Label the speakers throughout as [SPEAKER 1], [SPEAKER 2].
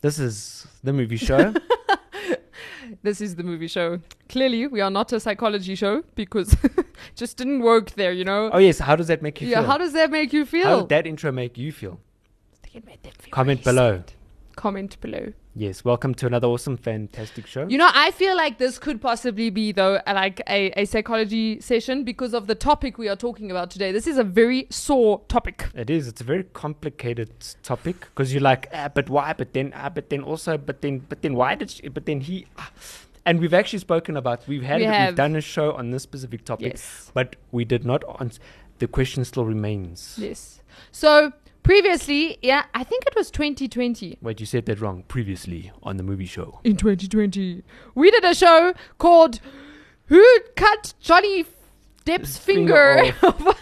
[SPEAKER 1] This is the movie show.
[SPEAKER 2] This is the movie show. Clearly, we are not a psychology show because just didn't work there, you know?
[SPEAKER 1] oh yes, how does that make you
[SPEAKER 2] yeah,
[SPEAKER 1] feel?
[SPEAKER 2] how does that make you feel?
[SPEAKER 1] How did that intro make you feel?
[SPEAKER 2] It made them feel
[SPEAKER 1] Comment
[SPEAKER 2] racist.
[SPEAKER 1] below.
[SPEAKER 2] Comment below.
[SPEAKER 1] Yes, welcome to another awesome, fantastic show.
[SPEAKER 2] You know, I feel like this could possibly be, though, a- like a, a psychology session because of the topic we are talking about today. This is a very sore topic.
[SPEAKER 1] it is. It's a very complicated s- topic because you're like, ah, but why? But then, ah, but then also, but then, but then why did? She, but then he, ah. and we've actually spoken about. We've had.
[SPEAKER 2] We
[SPEAKER 1] it,
[SPEAKER 2] have.
[SPEAKER 1] We've done a show on this specific topic,
[SPEAKER 2] Yes.
[SPEAKER 1] but we did not answer. The question still remains.
[SPEAKER 2] Yes. So, previously, yeah, I think it was 2020.
[SPEAKER 1] Wait, you said that wrong previously on the movie show.
[SPEAKER 2] in 2020. We did a show called Who Cut Johnny Depp's Finger?
[SPEAKER 1] Finger
[SPEAKER 2] Off?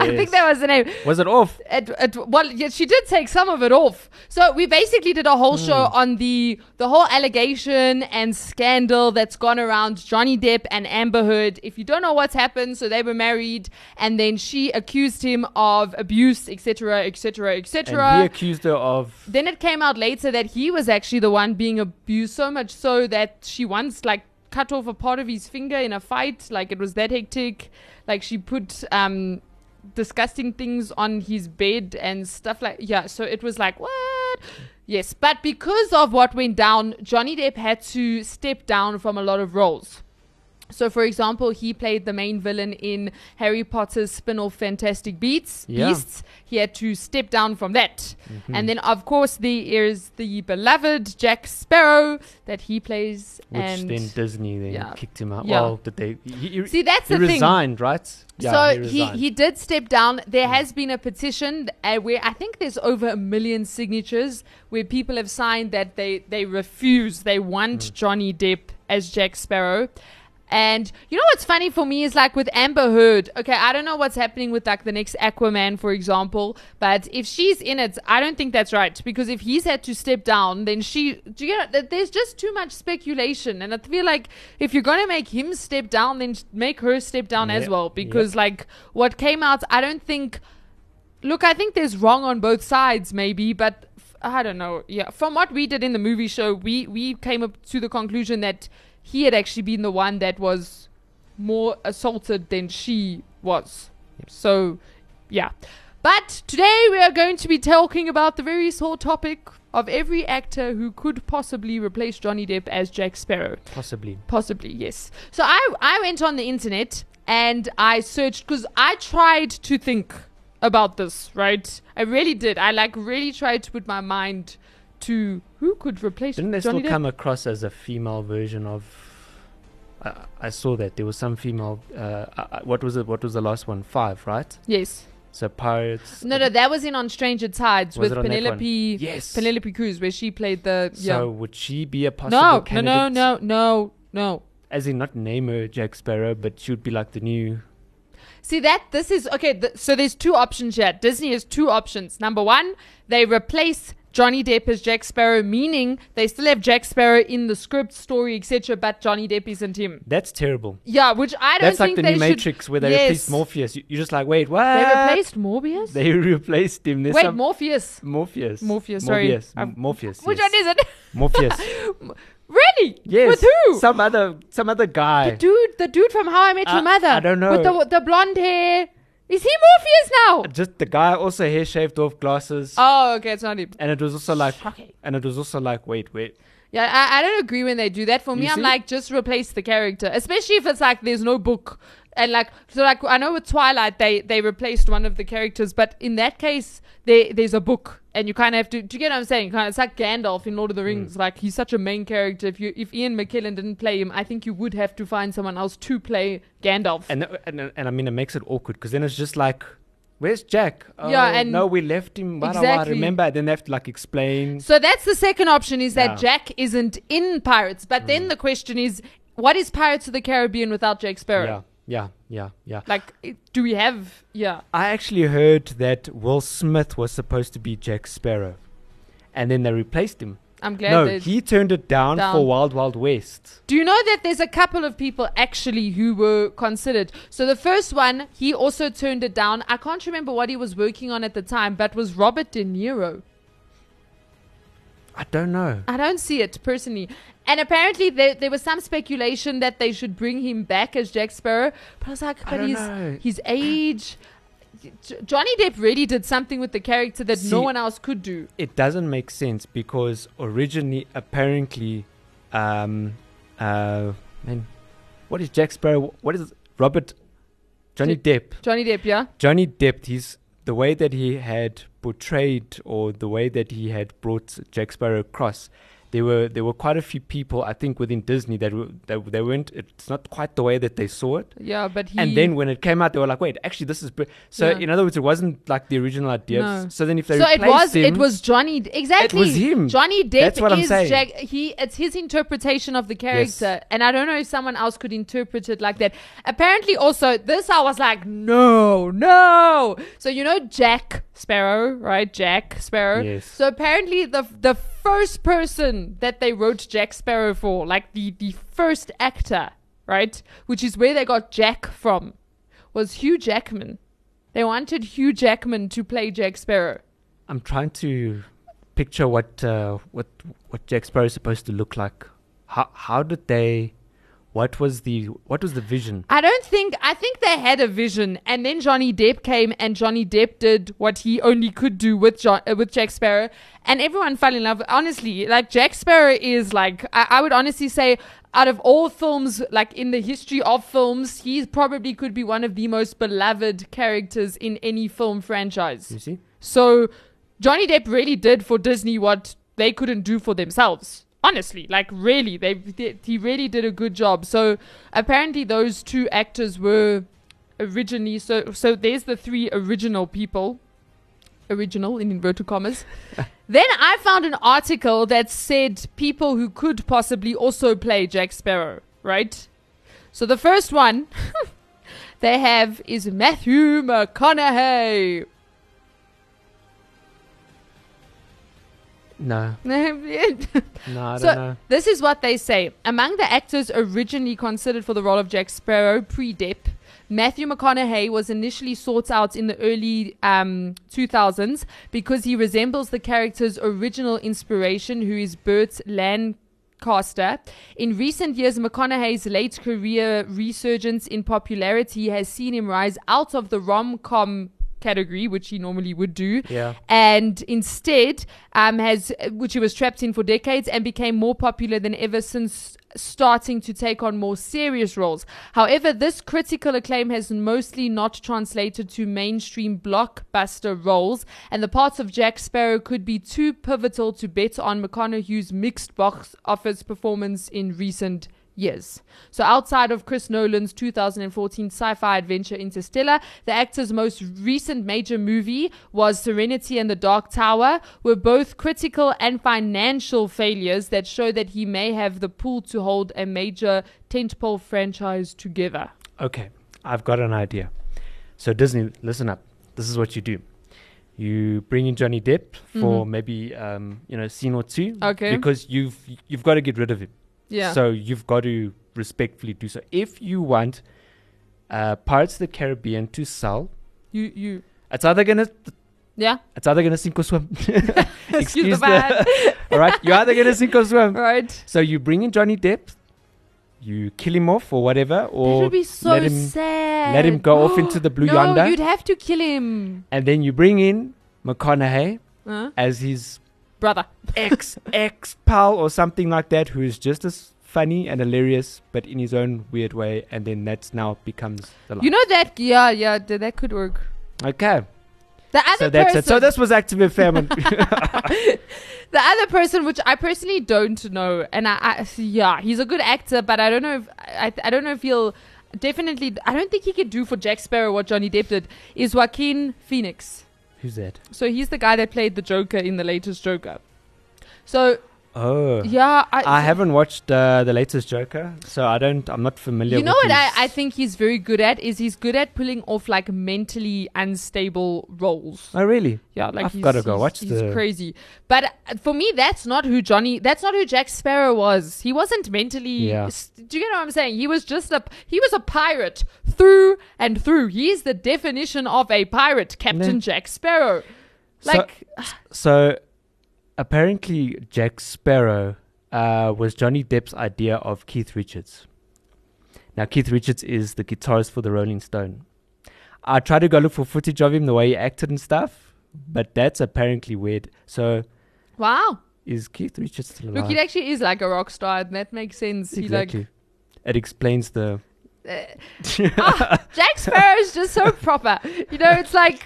[SPEAKER 2] I think
[SPEAKER 1] Yes.
[SPEAKER 2] that was the name.
[SPEAKER 1] Was it off?
[SPEAKER 2] It, it, well, yeah, she did take some of it off. So we basically did a whole
[SPEAKER 1] Hmm.
[SPEAKER 2] show on the the whole allegation and scandal that's gone around Johnny Depp and Amber Heard. If you don't know what's happened, so they were married, and then she accused him of abuse, etc., etc.,
[SPEAKER 1] And
[SPEAKER 2] etc
[SPEAKER 1] he accused her of.
[SPEAKER 2] then it came out later that he was actually the one being abused so much so that she once like cut off a part of his finger in a fight like it was that hectic like she put um disgusting things on his bed and stuff like yeah so it was like what yes but because of what went down johnny depp had to step down from a lot of roles so for example he played the main villain in harry potter's spin-off fantastic beats
[SPEAKER 1] Yeah. Mm-hmm.
[SPEAKER 2] beasts he had to step down from that and then of course there is the beloved jack sparrow that he plays
[SPEAKER 1] Which
[SPEAKER 2] and
[SPEAKER 1] then Disney then
[SPEAKER 2] yeah.
[SPEAKER 1] kicked him out.
[SPEAKER 2] Yeah.
[SPEAKER 1] Well, did they? He, he-
[SPEAKER 2] See, that's
[SPEAKER 1] he
[SPEAKER 2] the thing.
[SPEAKER 1] resigned, right?
[SPEAKER 2] so he, he, did step down. There has been a petition uh, where I think there's over a million signatures where people have signed that they, they refuse, they want Johnny Depp as Jack Sparrow. And you know what's funny for me is like with Amber Heard, okay, I don't know what's happening with like the next Aquaman, for example, but if she's in it, I don't think that's right because if he's had to step down, then she, do you know, th- there's just too much speculation. And I feel like if you're going to make him step down, then sh- make her step down as
[SPEAKER 1] Yep,
[SPEAKER 2] well
[SPEAKER 1] yep.
[SPEAKER 2] because like what came out i don't think look i think there's wrong on both sides maybe but f- i don't know yeah from what we did in the movie show we we came up to the conclusion that he had actually been the one that was more assaulted than she was so yeah but today we are going to be talking about the very sore topic of every actor who could possibly replace Johnny Depp as Jack Sparrow.
[SPEAKER 1] possibly.
[SPEAKER 2] Possibly, yes. So I I went on the internet and I searched because I tried to think about this, right? I really did. I like really tried to put my mind to who could replace
[SPEAKER 1] Didn't they
[SPEAKER 2] Johnny
[SPEAKER 1] still
[SPEAKER 2] Depp?
[SPEAKER 1] come across as a female version of? I I saw that there was some female. Uh, I- I- what was it? What was the last one? Five, right?
[SPEAKER 2] Yes.
[SPEAKER 1] So pirates.
[SPEAKER 2] No, no, that was in on Stranger Tides
[SPEAKER 1] Was
[SPEAKER 2] with
[SPEAKER 1] it on that one?
[SPEAKER 2] Penelope.
[SPEAKER 1] Yes.
[SPEAKER 2] Penelope Cruz, where she played the
[SPEAKER 1] So
[SPEAKER 2] yeah.
[SPEAKER 1] would she be a possible
[SPEAKER 2] no, no,
[SPEAKER 1] candidate?
[SPEAKER 2] no, no, no, no.
[SPEAKER 1] As in, not name her Jack Sparrow, but she would be like the new.
[SPEAKER 2] See that this is okay. Th- so there's two options here. Disney has two options. Number one, they replace Johnny Depp as Jack Sparrow, meaning they still have Jack Sparrow in the script, story, etc., but Johnny Depp isn't him.
[SPEAKER 1] That's terrible.
[SPEAKER 2] Yeah, which I don't
[SPEAKER 1] That's like
[SPEAKER 2] think
[SPEAKER 1] the
[SPEAKER 2] they
[SPEAKER 1] new
[SPEAKER 2] should-
[SPEAKER 1] Matrix where they
[SPEAKER 2] yes.
[SPEAKER 1] replaced Morpheus. You, you're just like, wait, what?
[SPEAKER 2] They replaced Morbius.
[SPEAKER 1] They replaced him. There's
[SPEAKER 2] Wait,
[SPEAKER 1] some-
[SPEAKER 2] Morpheus.
[SPEAKER 1] Morpheus.
[SPEAKER 2] Morpheus, sorry.
[SPEAKER 1] Morpheus.
[SPEAKER 2] I'm-
[SPEAKER 1] Morpheus.
[SPEAKER 2] Which
[SPEAKER 1] yes.
[SPEAKER 2] one is it?
[SPEAKER 1] Morpheus.
[SPEAKER 2] really?
[SPEAKER 1] Yes.
[SPEAKER 2] With who?
[SPEAKER 1] Some other, some other guy.
[SPEAKER 2] the dude, the dude from How I Met Your
[SPEAKER 1] I-
[SPEAKER 2] Mother.
[SPEAKER 1] I don't
[SPEAKER 2] With
[SPEAKER 1] know. Uh,
[SPEAKER 2] the the blonde hair. Is he Morpheus now?
[SPEAKER 1] Just the guy also hair shaved off, glasses,
[SPEAKER 2] Oh, okay, it's not him.
[SPEAKER 1] and it was also like, and it was also like, wait, wait,
[SPEAKER 2] Yeah, I, I don't agree when they do that. For me,
[SPEAKER 1] You
[SPEAKER 2] I'm
[SPEAKER 1] see?
[SPEAKER 2] like, just replace the character, especially if it's like there's no book. And like, so like I know with Twilight, they they replaced one of the characters, but in that case, there there's a book, and you kind of have to. Do you get what I'm saying? Kind of, it's like Gandalf in Lord
[SPEAKER 1] Mm.
[SPEAKER 2] of the Rings. Like he's such a main character. If you if Ian McKellen didn't play him, I think you would have to find someone else to play Gandalf.
[SPEAKER 1] and th- and and I mean it makes it awkward because then it's just like Where's Jack?
[SPEAKER 2] Yeah,
[SPEAKER 1] Oh,
[SPEAKER 2] and-
[SPEAKER 1] no, we left him. Why do I
[SPEAKER 2] Exactly.
[SPEAKER 1] remember? Then they have to like explain.
[SPEAKER 2] So that's the second option is that
[SPEAKER 1] Yeah. Mm.
[SPEAKER 2] Jack isn't in Pirates. But then the question is, what is Pirates of the Caribbean without Jack Sparrow?
[SPEAKER 1] Yeah, yeah, yeah, yeah.
[SPEAKER 2] Like, i- do we have? Yeah.
[SPEAKER 1] I actually heard that Will Smith was supposed to be Jack Sparrow, and then they replaced him.
[SPEAKER 2] I'm glad.
[SPEAKER 1] no,
[SPEAKER 2] they-
[SPEAKER 1] he turned it down,
[SPEAKER 2] Down.
[SPEAKER 1] for Wild Wild West.
[SPEAKER 2] Do you know that there's a couple of people actually who were considered? So the first one, he also turned it down. I can't remember what he was working on at the time, but was Robert De Niro.
[SPEAKER 1] I don't know.
[SPEAKER 2] I don't see it personally. And apparently there, there was some speculation that they should bring him back as Jack Sparrow. But I was like,
[SPEAKER 1] I
[SPEAKER 2] but
[SPEAKER 1] don't
[SPEAKER 2] his,
[SPEAKER 1] know.
[SPEAKER 2] his age. J- Johnny Depp really did something with the character that no
[SPEAKER 1] See-
[SPEAKER 2] one else could do.
[SPEAKER 1] It doesn't make sense because originally, apparently, um, uh, man, what is Jack Sparrow? What is Robert? Johnny Depp.
[SPEAKER 2] Johnny Depp, yeah?
[SPEAKER 1] Johnny Depp, he's the way that he had portrayed or the way that he had brought Jack Sparrow across. There were there were quite a few people I think within Disney that were, that they weren't. It's not quite the way that they saw it.
[SPEAKER 2] Yeah, but he.
[SPEAKER 1] And then when it came out, they were like, "Wait, actually, this is." Br-. So
[SPEAKER 2] Yeah.
[SPEAKER 1] in other words, it wasn't like the original idea.
[SPEAKER 2] No.
[SPEAKER 1] So then if they
[SPEAKER 2] so it
[SPEAKER 1] replaced
[SPEAKER 2] was
[SPEAKER 1] him,
[SPEAKER 2] it was Johnny D- exactly
[SPEAKER 1] him.
[SPEAKER 2] Johnny Depp
[SPEAKER 1] That's what I'm
[SPEAKER 2] is
[SPEAKER 1] saying.
[SPEAKER 2] Jack, he it's his interpretation of the character and I don't know if someone else could interpret it like that apparently also this I was like no no so you know Jack Sparrow right Jack Sparrow
[SPEAKER 1] Yes.
[SPEAKER 2] so apparently the the first person that they wrote Jack Sparrow for like the the first actor right which is where they got Jack from was Hugh Jackman they wanted Hugh Jackman to play Jack Sparrow
[SPEAKER 1] I'm trying to picture what uh, what what Jack Sparrow is supposed to look like. How how did they? What was the what was the vision?
[SPEAKER 2] I don't think I think they had a vision, and then Johnny Depp came, and Johnny Depp did what he only could do with John, uh, with Jack Sparrow, and everyone fell in love. Honestly, like Jack Sparrow is like I, I would honestly say out of all films, like in the history of films, he probably could be one of the most beloved characters in any film
[SPEAKER 1] You
[SPEAKER 2] franchise.
[SPEAKER 1] see.
[SPEAKER 2] So Johnny Depp really did for Disney what they couldn't do for themselves. Honestly, like really, they, they he really did a good job. So apparently those two actors were originally so so there's the three original people. Original in inverted commas. then I found an article that said people who could possibly also play Jack Sparrow, right? So the first one they have is Matthew McConaughey.
[SPEAKER 1] No, no, I don't
[SPEAKER 2] so
[SPEAKER 1] know.
[SPEAKER 2] this is what they say. Among the actors originally considered for the role of Jack Sparrow pre-Depp, Matthew McConaughey was initially sought out in the early um, 2000s because he resembles the character's original inspiration, who is Burt Lancaster. In recent years, McConaughey's late career resurgence in popularity has seen him rise out of the rom-com category, which he normally would do,
[SPEAKER 1] Yeah.
[SPEAKER 2] and instead um, has which he was trapped in for decades and became more popular than ever since starting to take on more serious roles. However, this critical acclaim has mostly not translated to mainstream blockbuster roles, and the parts of Jack Sparrow could be too pivotal to bet on McConaughey's mixed box office performance in recent years. So outside of Chris Nolan's 2014 sci-fi adventure Interstellar, the actor's most recent major movie was Serenity and the Dark Tower, were both critical and financial failures that show that he may have the pull to hold a major tentpole franchise together.
[SPEAKER 1] Okay, I've got an idea. So Disney, listen up. This is what you do. You bring in Johnny Depp for maybe um, you know a scene or two.
[SPEAKER 2] Mm-hmm. Okay.
[SPEAKER 1] Because you've you've got to get rid of him. So you've got to respectfully do so. If you want uh, Pirates of the Caribbean to sell,
[SPEAKER 2] you you
[SPEAKER 1] it's either gonna
[SPEAKER 2] yeah,
[SPEAKER 1] it's either gonna sink or swim.
[SPEAKER 2] excuse the bad.
[SPEAKER 1] all right, you're either gonna sink or swim.
[SPEAKER 2] right.
[SPEAKER 1] So you bring in Johnny Depp, you kill him off or whatever,
[SPEAKER 2] That
[SPEAKER 1] or
[SPEAKER 2] would be so
[SPEAKER 1] let him
[SPEAKER 2] sad.
[SPEAKER 1] let him go off into the blue
[SPEAKER 2] no,
[SPEAKER 1] yonder.
[SPEAKER 2] you'd have to kill him.
[SPEAKER 1] and then you bring in McConaughey
[SPEAKER 2] Huh?
[SPEAKER 1] as his
[SPEAKER 2] Brother.
[SPEAKER 1] ex ex pal or something like that, who is just as funny and hilarious, but in his own weird way, and then that's now becomes the line.
[SPEAKER 2] You know that yeah, yeah, th- that could work.
[SPEAKER 1] okay,
[SPEAKER 2] The other
[SPEAKER 1] so that's
[SPEAKER 2] person,
[SPEAKER 1] it. So this was Active FM. and-
[SPEAKER 2] the other person, which I personally don't know, and I, I yeah, he's a good actor, but I don't know if I, I don't know if he'll definitely, I don't think he could do for Jack Sparrow what Johnny Depp did, is Joaquin Phoenix.
[SPEAKER 1] Who's that?
[SPEAKER 2] So he's the guy that played the Joker in the latest Joker. So
[SPEAKER 1] Oh.
[SPEAKER 2] yeah, I,
[SPEAKER 1] I haven't watched uh, the latest Joker, so I don't. I'm not familiar.
[SPEAKER 2] You know
[SPEAKER 1] with
[SPEAKER 2] what I,
[SPEAKER 1] his-
[SPEAKER 2] I think he's very good at is he's good at pulling off like mentally unstable roles.
[SPEAKER 1] Oh really?
[SPEAKER 2] Yeah, like
[SPEAKER 1] I've
[SPEAKER 2] he's,
[SPEAKER 1] got to go
[SPEAKER 2] he's-
[SPEAKER 1] watch
[SPEAKER 2] he's
[SPEAKER 1] the.
[SPEAKER 2] crazy. But uh, for me, that's not who Johnny. That's not who Jack Sparrow was. He wasn't mentally.
[SPEAKER 1] Yeah.
[SPEAKER 2] s- Do you get what I'm saying? He was just a. He was a pirate through and through. He is the definition of a pirate, Captain
[SPEAKER 1] Yeah.
[SPEAKER 2] Jack Sparrow.
[SPEAKER 1] So-
[SPEAKER 2] Like
[SPEAKER 1] So, apparently, Jack Sparrow uh, was Johnny Depp's idea of Keith Richards. Now, Keith Richards is the guitarist for the Rolling Stone. I tried to go look for footage of him, the way he acted and stuff, but that's apparently weird. So,
[SPEAKER 2] wow,
[SPEAKER 1] is Keith Richards still alive?
[SPEAKER 2] look, it actually is like a rock star, and that makes sense.
[SPEAKER 1] exactly.
[SPEAKER 2] He like
[SPEAKER 1] it explains the.
[SPEAKER 2] Jack Sparrow's just so proper. You know, it's like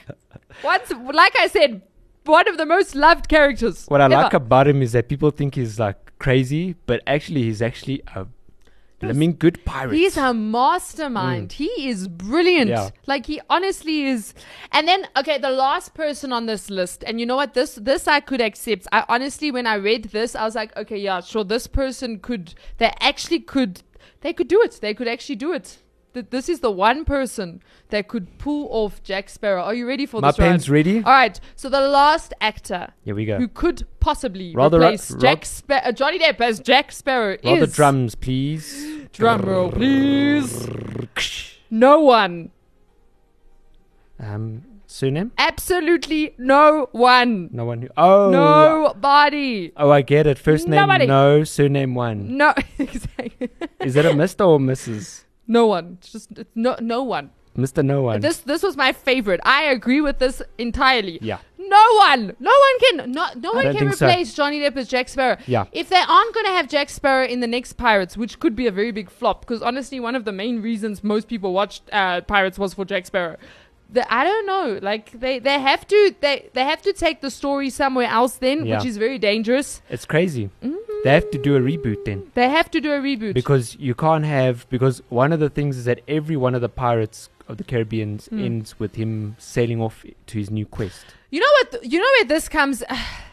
[SPEAKER 2] once, like I said, one of the most loved characters.
[SPEAKER 1] What I like
[SPEAKER 2] ever.
[SPEAKER 1] about him is that people think he's like crazy, but actually, he's actually a blooming good pirate.
[SPEAKER 2] He's a mastermind. He is brilliant.
[SPEAKER 1] Mm. Yeah.
[SPEAKER 2] Like he honestly is. And then okay, the last person on this list, and you know what? This this I could accept. I honestly, when I read this, I was like, okay, yeah, sure. This person could. They actually could. They could do it. They could actually do it. Th- This is the one person that could pull off Jack Sparrow. Are you ready for
[SPEAKER 1] My
[SPEAKER 2] this? Ryan?
[SPEAKER 1] pen's ready.
[SPEAKER 2] All right. So the last actor
[SPEAKER 1] Here we go.
[SPEAKER 2] who could possibly
[SPEAKER 1] Roll the ru-
[SPEAKER 2] replace Jack
[SPEAKER 1] roll-
[SPEAKER 2] Sparrow, uh, Johnny Depp as Jack Sparrow
[SPEAKER 1] Roll
[SPEAKER 2] is
[SPEAKER 1] the drums, please.
[SPEAKER 2] Drum roll, please. No one.
[SPEAKER 1] Um, surname?
[SPEAKER 2] Absolutely no one.
[SPEAKER 1] No one. Who, oh,
[SPEAKER 2] Nobody.
[SPEAKER 1] Oh, I get it. First name
[SPEAKER 2] Nobody.
[SPEAKER 1] no, surname one.
[SPEAKER 2] No, exactly.
[SPEAKER 1] Is it a Mister or Mrs.?
[SPEAKER 2] No one. It's Just it's no, no one.
[SPEAKER 1] Mister No One.
[SPEAKER 2] This, this was my favorite. I agree with this entirely.
[SPEAKER 1] Yeah.
[SPEAKER 2] No one. No one can. No, no one
[SPEAKER 1] don't
[SPEAKER 2] can
[SPEAKER 1] think so.
[SPEAKER 2] replace Johnny Depp as Jack Sparrow.
[SPEAKER 1] Yeah.
[SPEAKER 2] If they aren't gonna have Jack Sparrow in the next Pirates, which could be a very big flop, because honestly, one of the main reasons most people watched uh, Pirates was for Jack Sparrow. The, I don't know. Like they, they have to they, they have to take the story somewhere else then,
[SPEAKER 1] Yeah.
[SPEAKER 2] which is very dangerous.
[SPEAKER 1] It's crazy.
[SPEAKER 2] Mm-hmm.
[SPEAKER 1] They have to do a reboot then,
[SPEAKER 2] They have to do a reboot.
[SPEAKER 1] because you can't have. Because one of the things is that every one of the pirates of the Caribbean
[SPEAKER 2] Mm.
[SPEAKER 1] ends with him sailing off to his new quest.
[SPEAKER 2] You know what? You know where this comes.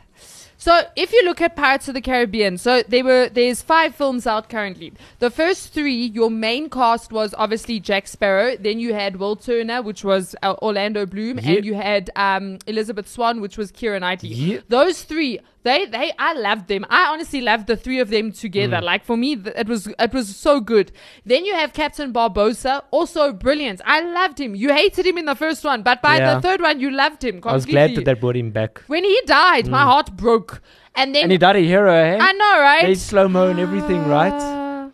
[SPEAKER 2] So if you look at Pirates of the Caribbean, so they were there's five films out currently. The first three, your main cast was obviously Jack Sparrow. Then you had Will Turner, which was uh, Orlando Bloom,
[SPEAKER 1] Ye-
[SPEAKER 2] and you had um, Elizabeth Swan, which was Kira Knightley.
[SPEAKER 1] Ye-
[SPEAKER 2] Those three, they they I loved them. I honestly loved the three of them
[SPEAKER 1] Mm.
[SPEAKER 2] together. Like for me, th- it was it was so good. Then you have Captain Barbosa, also brilliant. I loved him. You hated him in the first one, but by
[SPEAKER 1] Yeah.
[SPEAKER 2] the third one, you loved him.
[SPEAKER 1] I was glad that they brought him back.
[SPEAKER 2] When he died, my heart broke. And then
[SPEAKER 1] And he died a hero, eh?
[SPEAKER 2] I know, right?
[SPEAKER 1] They slow mo and everything, right?
[SPEAKER 2] Uh,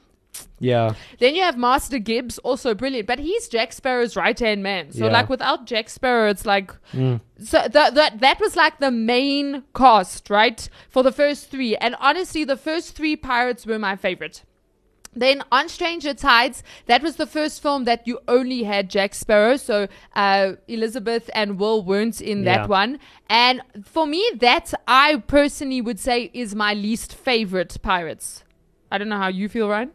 [SPEAKER 1] Yeah.
[SPEAKER 2] Then you have Master Gibbs, also brilliant, but he's Jack Sparrow's right hand man. So
[SPEAKER 1] Yeah. Mm.
[SPEAKER 2] like without Jack Sparrow, it's like so that that that was like the main cast, right? For the first three, and honestly, the first three pirates were my favorite. Then on Stranger Tides, that was the first film that you only had Jack Sparrow, so uh, Elizabeth and Will weren't in that
[SPEAKER 1] Yeah.
[SPEAKER 2] one. And for me, that I personally would say is my least favorite Pirates. I don't know how you feel, Ryan.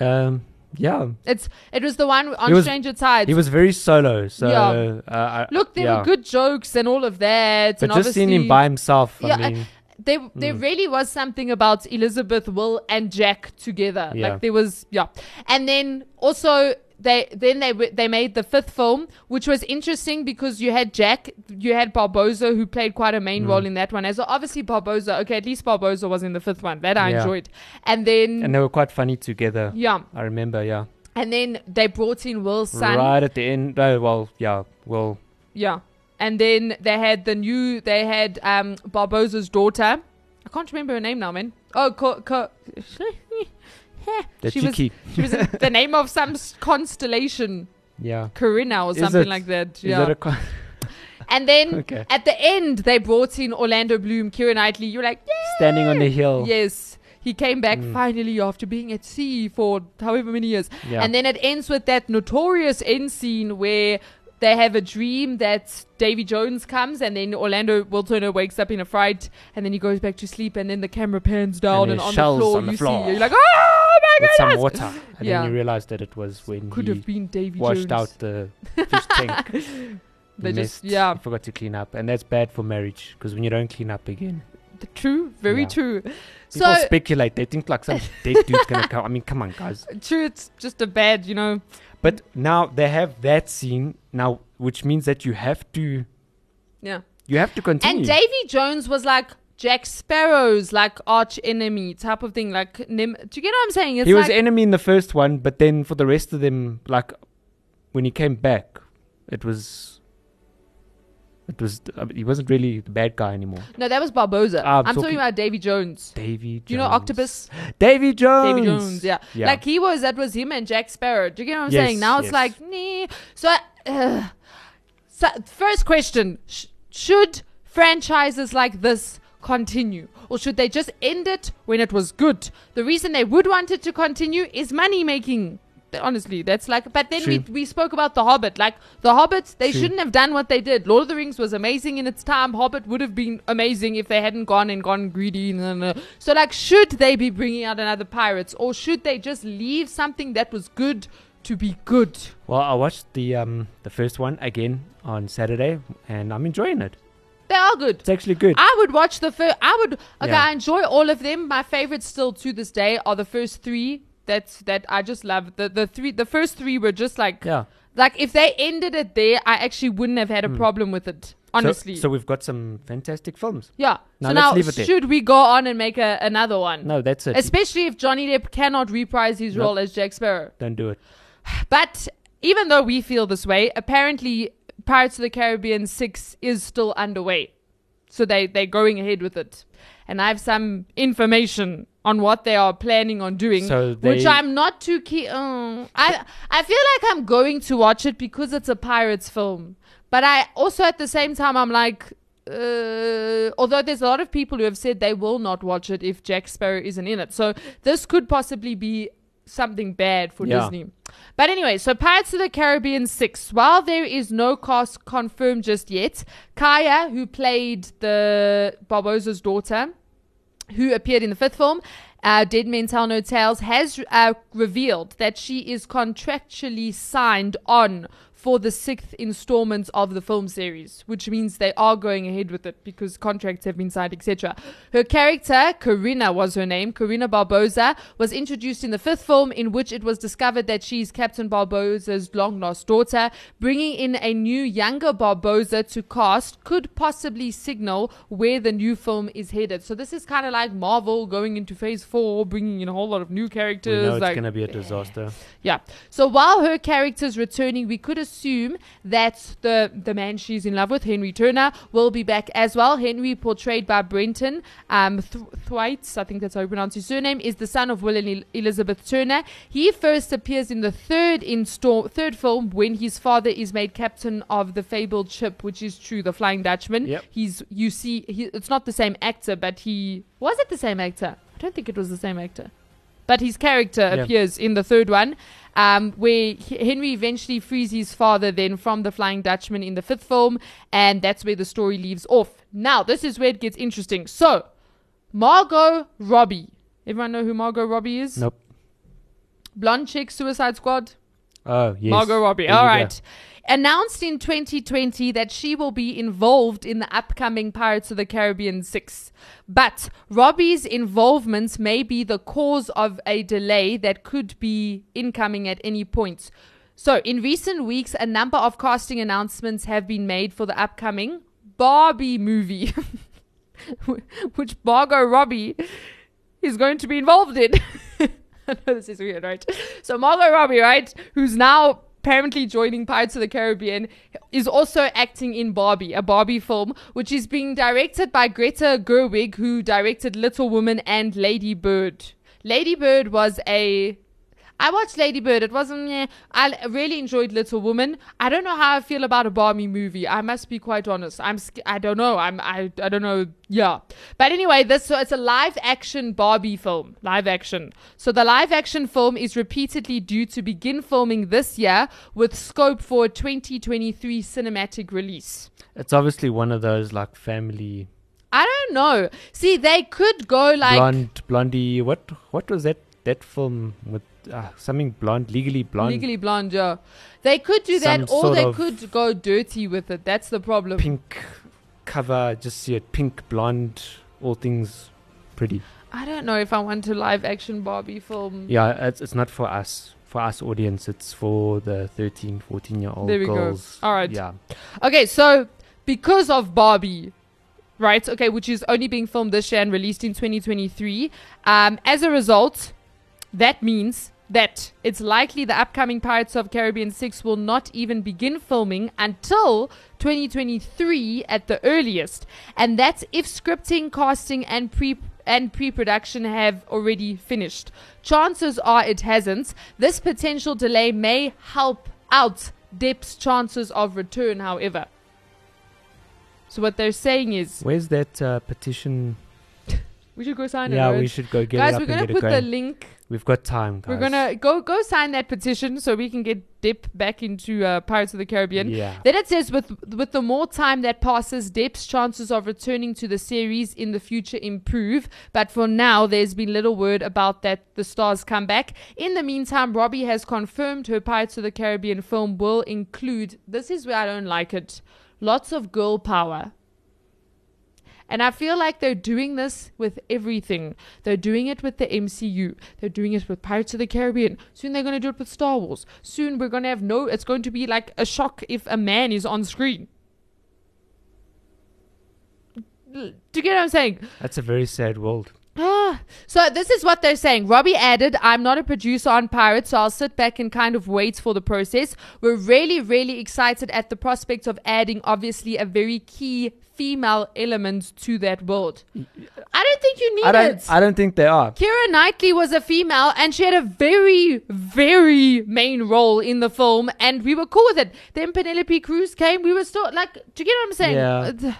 [SPEAKER 1] Um. Yeah.
[SPEAKER 2] It's it was the one on
[SPEAKER 1] He was-
[SPEAKER 2] Stranger Tides.
[SPEAKER 1] He was very solo, so
[SPEAKER 2] Yeah.
[SPEAKER 1] uh, I,
[SPEAKER 2] Look, there
[SPEAKER 1] yeah.
[SPEAKER 2] were good jokes and all of that.
[SPEAKER 1] But
[SPEAKER 2] and
[SPEAKER 1] just seeing him
[SPEAKER 2] obviously-
[SPEAKER 1] by himself, I
[SPEAKER 2] yeah,
[SPEAKER 1] mean,
[SPEAKER 2] there there
[SPEAKER 1] Hmm.
[SPEAKER 2] really was something about Elizabeth, Will, and Jack together.
[SPEAKER 1] Yeah.
[SPEAKER 2] Like there was, yeah. And then also they then they w- they made the fifth film, which was interesting because you had Jack, you had Barboza, who played quite a
[SPEAKER 1] Hmm.
[SPEAKER 2] main role in that one. As well. obviously Barboza, okay, at least Barboza was in the fifth one that I
[SPEAKER 1] Yeah.
[SPEAKER 2] enjoyed. And then
[SPEAKER 1] and they were quite funny together.
[SPEAKER 2] yeah,
[SPEAKER 1] I remember, yeah.
[SPEAKER 2] and then they brought in Will's son.
[SPEAKER 1] Right at the end, oh, well, yeah, well,
[SPEAKER 2] Yeah. And then they had the new, they had um, Barbosa's daughter. I can't remember her name now, man. Oh, co- co-
[SPEAKER 1] the
[SPEAKER 2] she was
[SPEAKER 1] cheeky,
[SPEAKER 2] she was in the name of some s- constellation,
[SPEAKER 1] yeah.
[SPEAKER 2] Corinna or
[SPEAKER 1] Is
[SPEAKER 2] something
[SPEAKER 1] it-
[SPEAKER 2] like that.
[SPEAKER 1] Is
[SPEAKER 2] Yeah.
[SPEAKER 1] that a con-
[SPEAKER 2] and then
[SPEAKER 1] Okay.
[SPEAKER 2] at the end, they brought in Orlando Bloom, Kira Knightley. You're like, yeah.
[SPEAKER 1] standing on the hill?
[SPEAKER 2] Yes. He came back
[SPEAKER 1] Mm.
[SPEAKER 2] finally after being at sea for however many years.
[SPEAKER 1] Yeah.
[SPEAKER 2] And then it ends with that notorious end scene where they have a dream that Davy Jones comes and then Orlando Will Turner wakes up in a fright and then he goes back to sleep and then the camera pans down and,
[SPEAKER 1] there's
[SPEAKER 2] on the
[SPEAKER 1] shells
[SPEAKER 2] floor
[SPEAKER 1] on the
[SPEAKER 2] you
[SPEAKER 1] floor.
[SPEAKER 2] see you're like, Oh my
[SPEAKER 1] with some
[SPEAKER 2] goodness.
[SPEAKER 1] water, and
[SPEAKER 2] Yeah.
[SPEAKER 1] then you realize that it was when
[SPEAKER 2] Could
[SPEAKER 1] he
[SPEAKER 2] have been Davy
[SPEAKER 1] washed
[SPEAKER 2] Jones.
[SPEAKER 1] out the fish tank.
[SPEAKER 2] They just-
[SPEAKER 1] messed-
[SPEAKER 2] yeah.
[SPEAKER 1] he forgot to clean up, and that's bad for marriage because when you don't clean up again,
[SPEAKER 2] True, very
[SPEAKER 1] Yeah.
[SPEAKER 2] true.
[SPEAKER 1] people
[SPEAKER 2] so
[SPEAKER 1] speculate. They think like some dead dude's gonna come. I mean, come on, guys.
[SPEAKER 2] true, it's just a bad, you know.
[SPEAKER 1] But now they have that scene now, which means that you have to
[SPEAKER 2] Yeah.
[SPEAKER 1] you have to continue.
[SPEAKER 2] And Davy Jones was like Jack Sparrow's like arch enemy type of thing. Like, nim- do you get what I'm saying? It's
[SPEAKER 1] he was
[SPEAKER 2] like,
[SPEAKER 1] enemy in the first one, but then for the rest of them, like when he came back, it was it was I mean, he wasn't really the bad guy anymore.
[SPEAKER 2] no, that was Barbosa.
[SPEAKER 1] Ah,
[SPEAKER 2] I'm,
[SPEAKER 1] I'm
[SPEAKER 2] talking,
[SPEAKER 1] talking-
[SPEAKER 2] about Davy Jones.
[SPEAKER 1] Davy Jones.
[SPEAKER 2] Do you know Octopus?
[SPEAKER 1] Davy Jones.
[SPEAKER 2] Davy Jones, yeah.
[SPEAKER 1] Yeah.
[SPEAKER 2] Like he was, that was him and Jack Sparrow. Do you get what I'm
[SPEAKER 1] Yes,
[SPEAKER 2] saying? Now it's
[SPEAKER 1] yes.
[SPEAKER 2] like, nee. So, uh, so first question: sh- Should franchises like this continue, or should they just end it when it was good? The reason they would want it to continue is money making. Honestly, that's like. But then we,
[SPEAKER 1] True.
[SPEAKER 2] we spoke about the Hobbit. Like the Hobbits, they
[SPEAKER 1] True.
[SPEAKER 2] shouldn't have done what they did. Lord of the Rings was amazing in its time. Hobbit would have been amazing if they hadn't gone and gone greedy. nah, nah. So like, should they be bringing out another Pirates, or should they just leave something that was good to be good?
[SPEAKER 1] Well, I watched the um the first one again on Saturday, and I'm enjoying it.
[SPEAKER 2] They are good.
[SPEAKER 1] It's actually good.
[SPEAKER 2] I would watch the first. I would. Okay,
[SPEAKER 1] Yeah.
[SPEAKER 2] I enjoy all of them. My favorites still to this day are the first three. That's that I just love the the three. The first three were just like
[SPEAKER 1] Yeah. Hmm.
[SPEAKER 2] Like if they ended it there, I actually wouldn't have had a problem with it. Honestly,
[SPEAKER 1] so, so we've got some fantastic films.
[SPEAKER 2] yeah.
[SPEAKER 1] Now
[SPEAKER 2] so
[SPEAKER 1] let's
[SPEAKER 2] now
[SPEAKER 1] leave it there.
[SPEAKER 2] should we go on and make a, another one?
[SPEAKER 1] No, that's it.
[SPEAKER 2] Especially if Johnny Depp cannot reprise his
[SPEAKER 1] Nope.
[SPEAKER 2] role as Jack Sparrow.
[SPEAKER 1] Don't do it.
[SPEAKER 2] But even though we feel this way, apparently Pirates of the Caribbean 6 is still underway. So they, they're going ahead with it. And I have some information on what they are planning on doing,
[SPEAKER 1] So
[SPEAKER 2] which
[SPEAKER 1] they-
[SPEAKER 2] I'm not too keen. I I feel like I'm going to watch it because it's a pirates film, but I also at the same time I'm like, uh, although there's a lot of people who have said they will not watch it if Jack Sparrow isn't in it, so this could possibly be something bad for
[SPEAKER 1] Yeah.
[SPEAKER 2] Disney. But anyway, so Pirates of the Caribbean 6. While there is no cast confirmed just yet, Kaya, who played the Barbosa's daughter, who appeared in the fifth film, uh, Dead Men Tell No Tales, has uh, revealed that she is contractually signed on for the sixth installment of the film series, which means they are going ahead with it because contracts have been signed, etc. Her character, Corinna was her name, Corinna Barbosa, was introduced in the fifth film, in which it was discovered that she is Captain Barbosa's long lost daughter. Bringing in a new, younger Barbosa to cast could possibly signal where the new film is headed. So this is kind of like Marvel going into phase four, bringing in a whole lot of new
[SPEAKER 1] We
[SPEAKER 2] characters.
[SPEAKER 1] know it's
[SPEAKER 2] like,
[SPEAKER 1] gonna be a disaster.
[SPEAKER 2] yeah. So while her character's returning, we could assume that the the man she's in love with, Henry Turner, will be back as well. Henry, portrayed by Brenton um, Th- Thwaites, I think that's how you pronounce his surname, is the son of Will and El- Elizabeth Turner. He first appears in the third install third film when his father is made captain of the fabled ship, which is true, the Flying Dutchman.
[SPEAKER 1] Yep.
[SPEAKER 2] He's you see, he, it's not the same actor, but he was it the same actor? I don't think it was the same actor but his character
[SPEAKER 1] Yeah.
[SPEAKER 2] appears in the third one, um, where H- Henry eventually frees his father then from the Flying Dutchman in the fifth film, and that's where the story leaves off. Now, this is where it gets interesting. So, Margot Robbie. Everyone know who Margot Robbie is?
[SPEAKER 1] Nope.
[SPEAKER 2] Blonde chick, Suicide Squad.
[SPEAKER 1] Oh yes.
[SPEAKER 2] Margot Robbie.
[SPEAKER 1] There
[SPEAKER 2] All
[SPEAKER 1] you go.
[SPEAKER 2] right. Announced in 2020 that she will be involved in the upcoming Pirates of the Caribbean 6. But Robbie's involvement may be the cause of a delay that could be incoming at any point. So, in recent weeks, a number of casting announcements have been made for the upcoming Barbie movie, which Margot Robbie is going to be involved in. I know this is weird, right? So Margot Robbie, right, who's now apparently joining Pirates of the Caribbean, is also acting in Barbie, a Barbie film, which is being directed by Greta Gerwig, who directed Little Woman and Lady Bird. Lady Bird was a I watched Lady Bird. It wasn't. meh. I l- really enjoyed Little Woman. I don't know how I feel about a Barbie movie. I must be quite honest. I'm. sc- I don't know. I'm. I. I don't know. Yeah. But anyway, this so it's a live action Barbie film. Live action. So the live action film is repeatedly due to begin filming this year with scope for a 2023 cinematic release.
[SPEAKER 1] It's obviously one of those like family
[SPEAKER 2] I don't know. See, they could go like.
[SPEAKER 1] blonde blondie. What what was that? that film with uh, something blonde, legally blonde,
[SPEAKER 2] Legally Blonde, yeah. They could do that,
[SPEAKER 1] Some
[SPEAKER 2] or
[SPEAKER 1] sort
[SPEAKER 2] they
[SPEAKER 1] of-
[SPEAKER 2] could go dirty with it. That's the problem.
[SPEAKER 1] pink cover. Just see it, pink blonde, all things pretty.
[SPEAKER 2] I don't know if I want to live action Barbie film.
[SPEAKER 1] Yeah, it's, it's not for us. For us audience, it's for the 13, 14 year old
[SPEAKER 2] There we go.
[SPEAKER 1] girls.
[SPEAKER 2] All right.
[SPEAKER 1] Yeah.
[SPEAKER 2] Okay, so because of Barbie, right? Okay, which is only being filmed this year and released in 2023. Um, as a result, that means that it's likely the upcoming Pirates of Caribbean 6 will not even begin filming until 2023 at the earliest. And that's if scripting, casting and pre and pre-production have already finished. Chances are it hasn't. This potential delay may help out Depp's chances of return, however. So what they're saying is
[SPEAKER 1] Where's that uh, petition?
[SPEAKER 2] we should go sign
[SPEAKER 1] yeah,
[SPEAKER 2] it. Rowan.
[SPEAKER 1] we should go get it
[SPEAKER 2] guys,
[SPEAKER 1] up
[SPEAKER 2] we're
[SPEAKER 1] and
[SPEAKER 2] gonna
[SPEAKER 1] get
[SPEAKER 2] put
[SPEAKER 1] it
[SPEAKER 2] the
[SPEAKER 1] going.
[SPEAKER 2] link
[SPEAKER 1] We've got time, guys.
[SPEAKER 2] We're gonna go go sign that petition so we can get Depp back into uh, Pirates of the Caribbean.
[SPEAKER 1] Yeah.
[SPEAKER 2] Then it says with with the more time that passes, Depp's chances of returning to the series in the future improve. But for now, there's been little word about that the stars come back. In the meantime, Robbie has confirmed her Pirates of the Caribbean film will include. This is where I don't like it. Lots of girl power. And I feel like they're doing this with everything. They're doing it with the MCU. They're doing it with Pirates of the Caribbean. Soon they're going to do it with Star Wars. Soon we're going to have no, it's going to be like a shock if a man is on screen. Do you get what I'm saying?
[SPEAKER 1] That's a very sad world.
[SPEAKER 2] Ah, so this is what they're saying. Robbie added, "I'm not a producer on Pirates, so I'll sit back and kind of wait for the process. We're really, really excited at the prospect of adding, obviously, a very key female element to that world. I don't think you need
[SPEAKER 1] I
[SPEAKER 2] it.
[SPEAKER 1] don't. I don't think they are.
[SPEAKER 2] Kira Knightley was a female and she had a very, very main role in the film, and we were cool with it. Then Penelope Cruz came, we were still like, do you get what I'm saying?
[SPEAKER 1] Yeah.
[SPEAKER 2] Uh,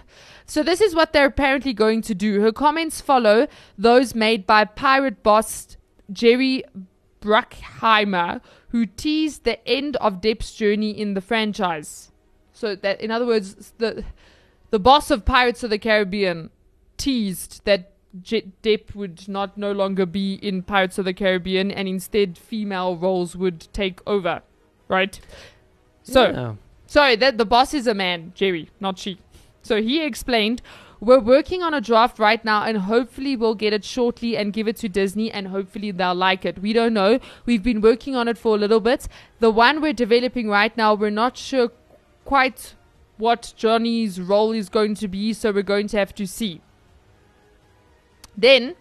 [SPEAKER 2] So, this is what they're apparently going to do. Her comments follow those made by pirate boss Jerry Bruckheimer, who teased the end of Depp's journey in the franchise. So, that in other words, the, the boss of Pirates of the Caribbean teased that J- Depp would not no longer be in Pirates of the Caribbean and instead female roles would take over, right? So,
[SPEAKER 1] Yeah.
[SPEAKER 2] Sorry, that the boss is a man, Jerry, not she. So he explained, "We're working on a draft right now, and hopefully we'll get it shortly and give it to Disney, and hopefully they'll like it. We don't know. We've been working on it for a little bit. The one we're developing right now, we're not sure quite what Johnny's role is going to be, so we're going to have to see." Then,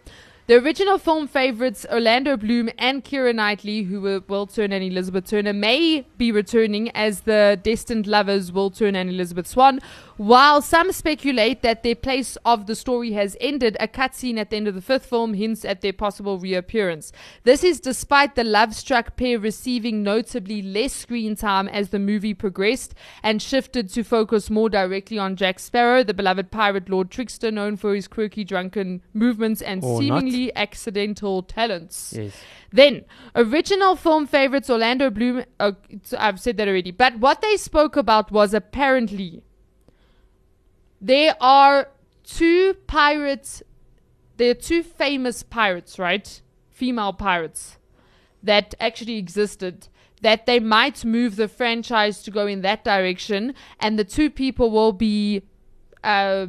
[SPEAKER 2] the original film favorites Orlando Bloom and Kira Knightley, who were Will Turner and Elizabeth Turner, may be returning as the destined lovers Will Turner and Elizabeth Swan. While some speculate that their place of the story has ended, a cutscene at the end of the fifth film hints at their possible reappearance. This is despite the love struck pair receiving notably less screen time as the movie progressed and shifted to focus more directly on Jack Sparrow, the beloved pirate lord trickster known for his quirky drunken movements and
[SPEAKER 1] Or not.
[SPEAKER 2] seemingly accidental talents.
[SPEAKER 1] Yes.
[SPEAKER 2] Then, original film favorites Orlando Bloom. Uh, it's- I've said that already. But what they spoke about was apparently there are two pirates. There are two famous pirates, right? Female pirates that actually existed. That they might move the franchise to go in that direction, and the two people will be uh,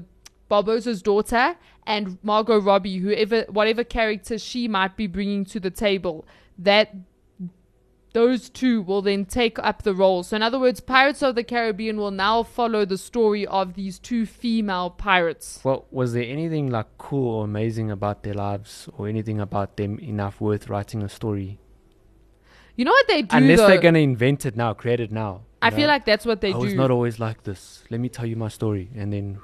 [SPEAKER 2] Barbosa's daughter and Margot Robbie, whoever, whatever character she might be bringing to the table, that those two will then take up the role. So, in other words, Pirates of the Caribbean will now follow the story of these two female pirates.
[SPEAKER 1] Well, was there anything like cool or amazing about their lives, or anything about them enough worth writing a story?
[SPEAKER 2] You know what they do?
[SPEAKER 1] Unless
[SPEAKER 2] though?
[SPEAKER 1] they're gonna invent it now, create it now.
[SPEAKER 2] I
[SPEAKER 1] you
[SPEAKER 2] feel
[SPEAKER 1] know?
[SPEAKER 2] like that's what they
[SPEAKER 1] I was
[SPEAKER 2] do.
[SPEAKER 1] not always like this. Let me tell you my story, and then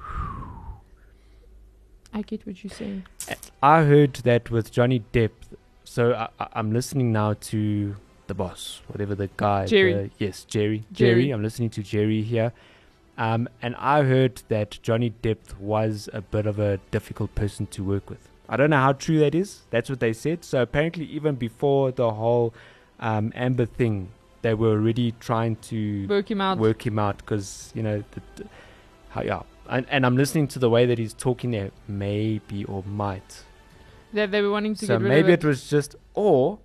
[SPEAKER 2] I get what you're saying.
[SPEAKER 1] I heard that with Johnny Depp. So I, I- I'm listening now to the boss, whatever the guy.
[SPEAKER 2] Jerry.
[SPEAKER 1] the- yes, Jerry.
[SPEAKER 2] Jerry.
[SPEAKER 1] Jerry. I'm listening to Jerry here. Um, and I heard that Johnny Depp was a bit of a difficult person to work with. I don't know how true that is. That's what they said. So apparently, even before the whole um, Amber thing, they were already trying to
[SPEAKER 2] Work him out.
[SPEAKER 1] work him out because you know the, the, how yeah and, and i'm listening to the way that he's talking there maybe or might
[SPEAKER 2] That they were wanting to
[SPEAKER 1] so
[SPEAKER 2] get rid
[SPEAKER 1] maybe
[SPEAKER 2] of
[SPEAKER 1] it was just or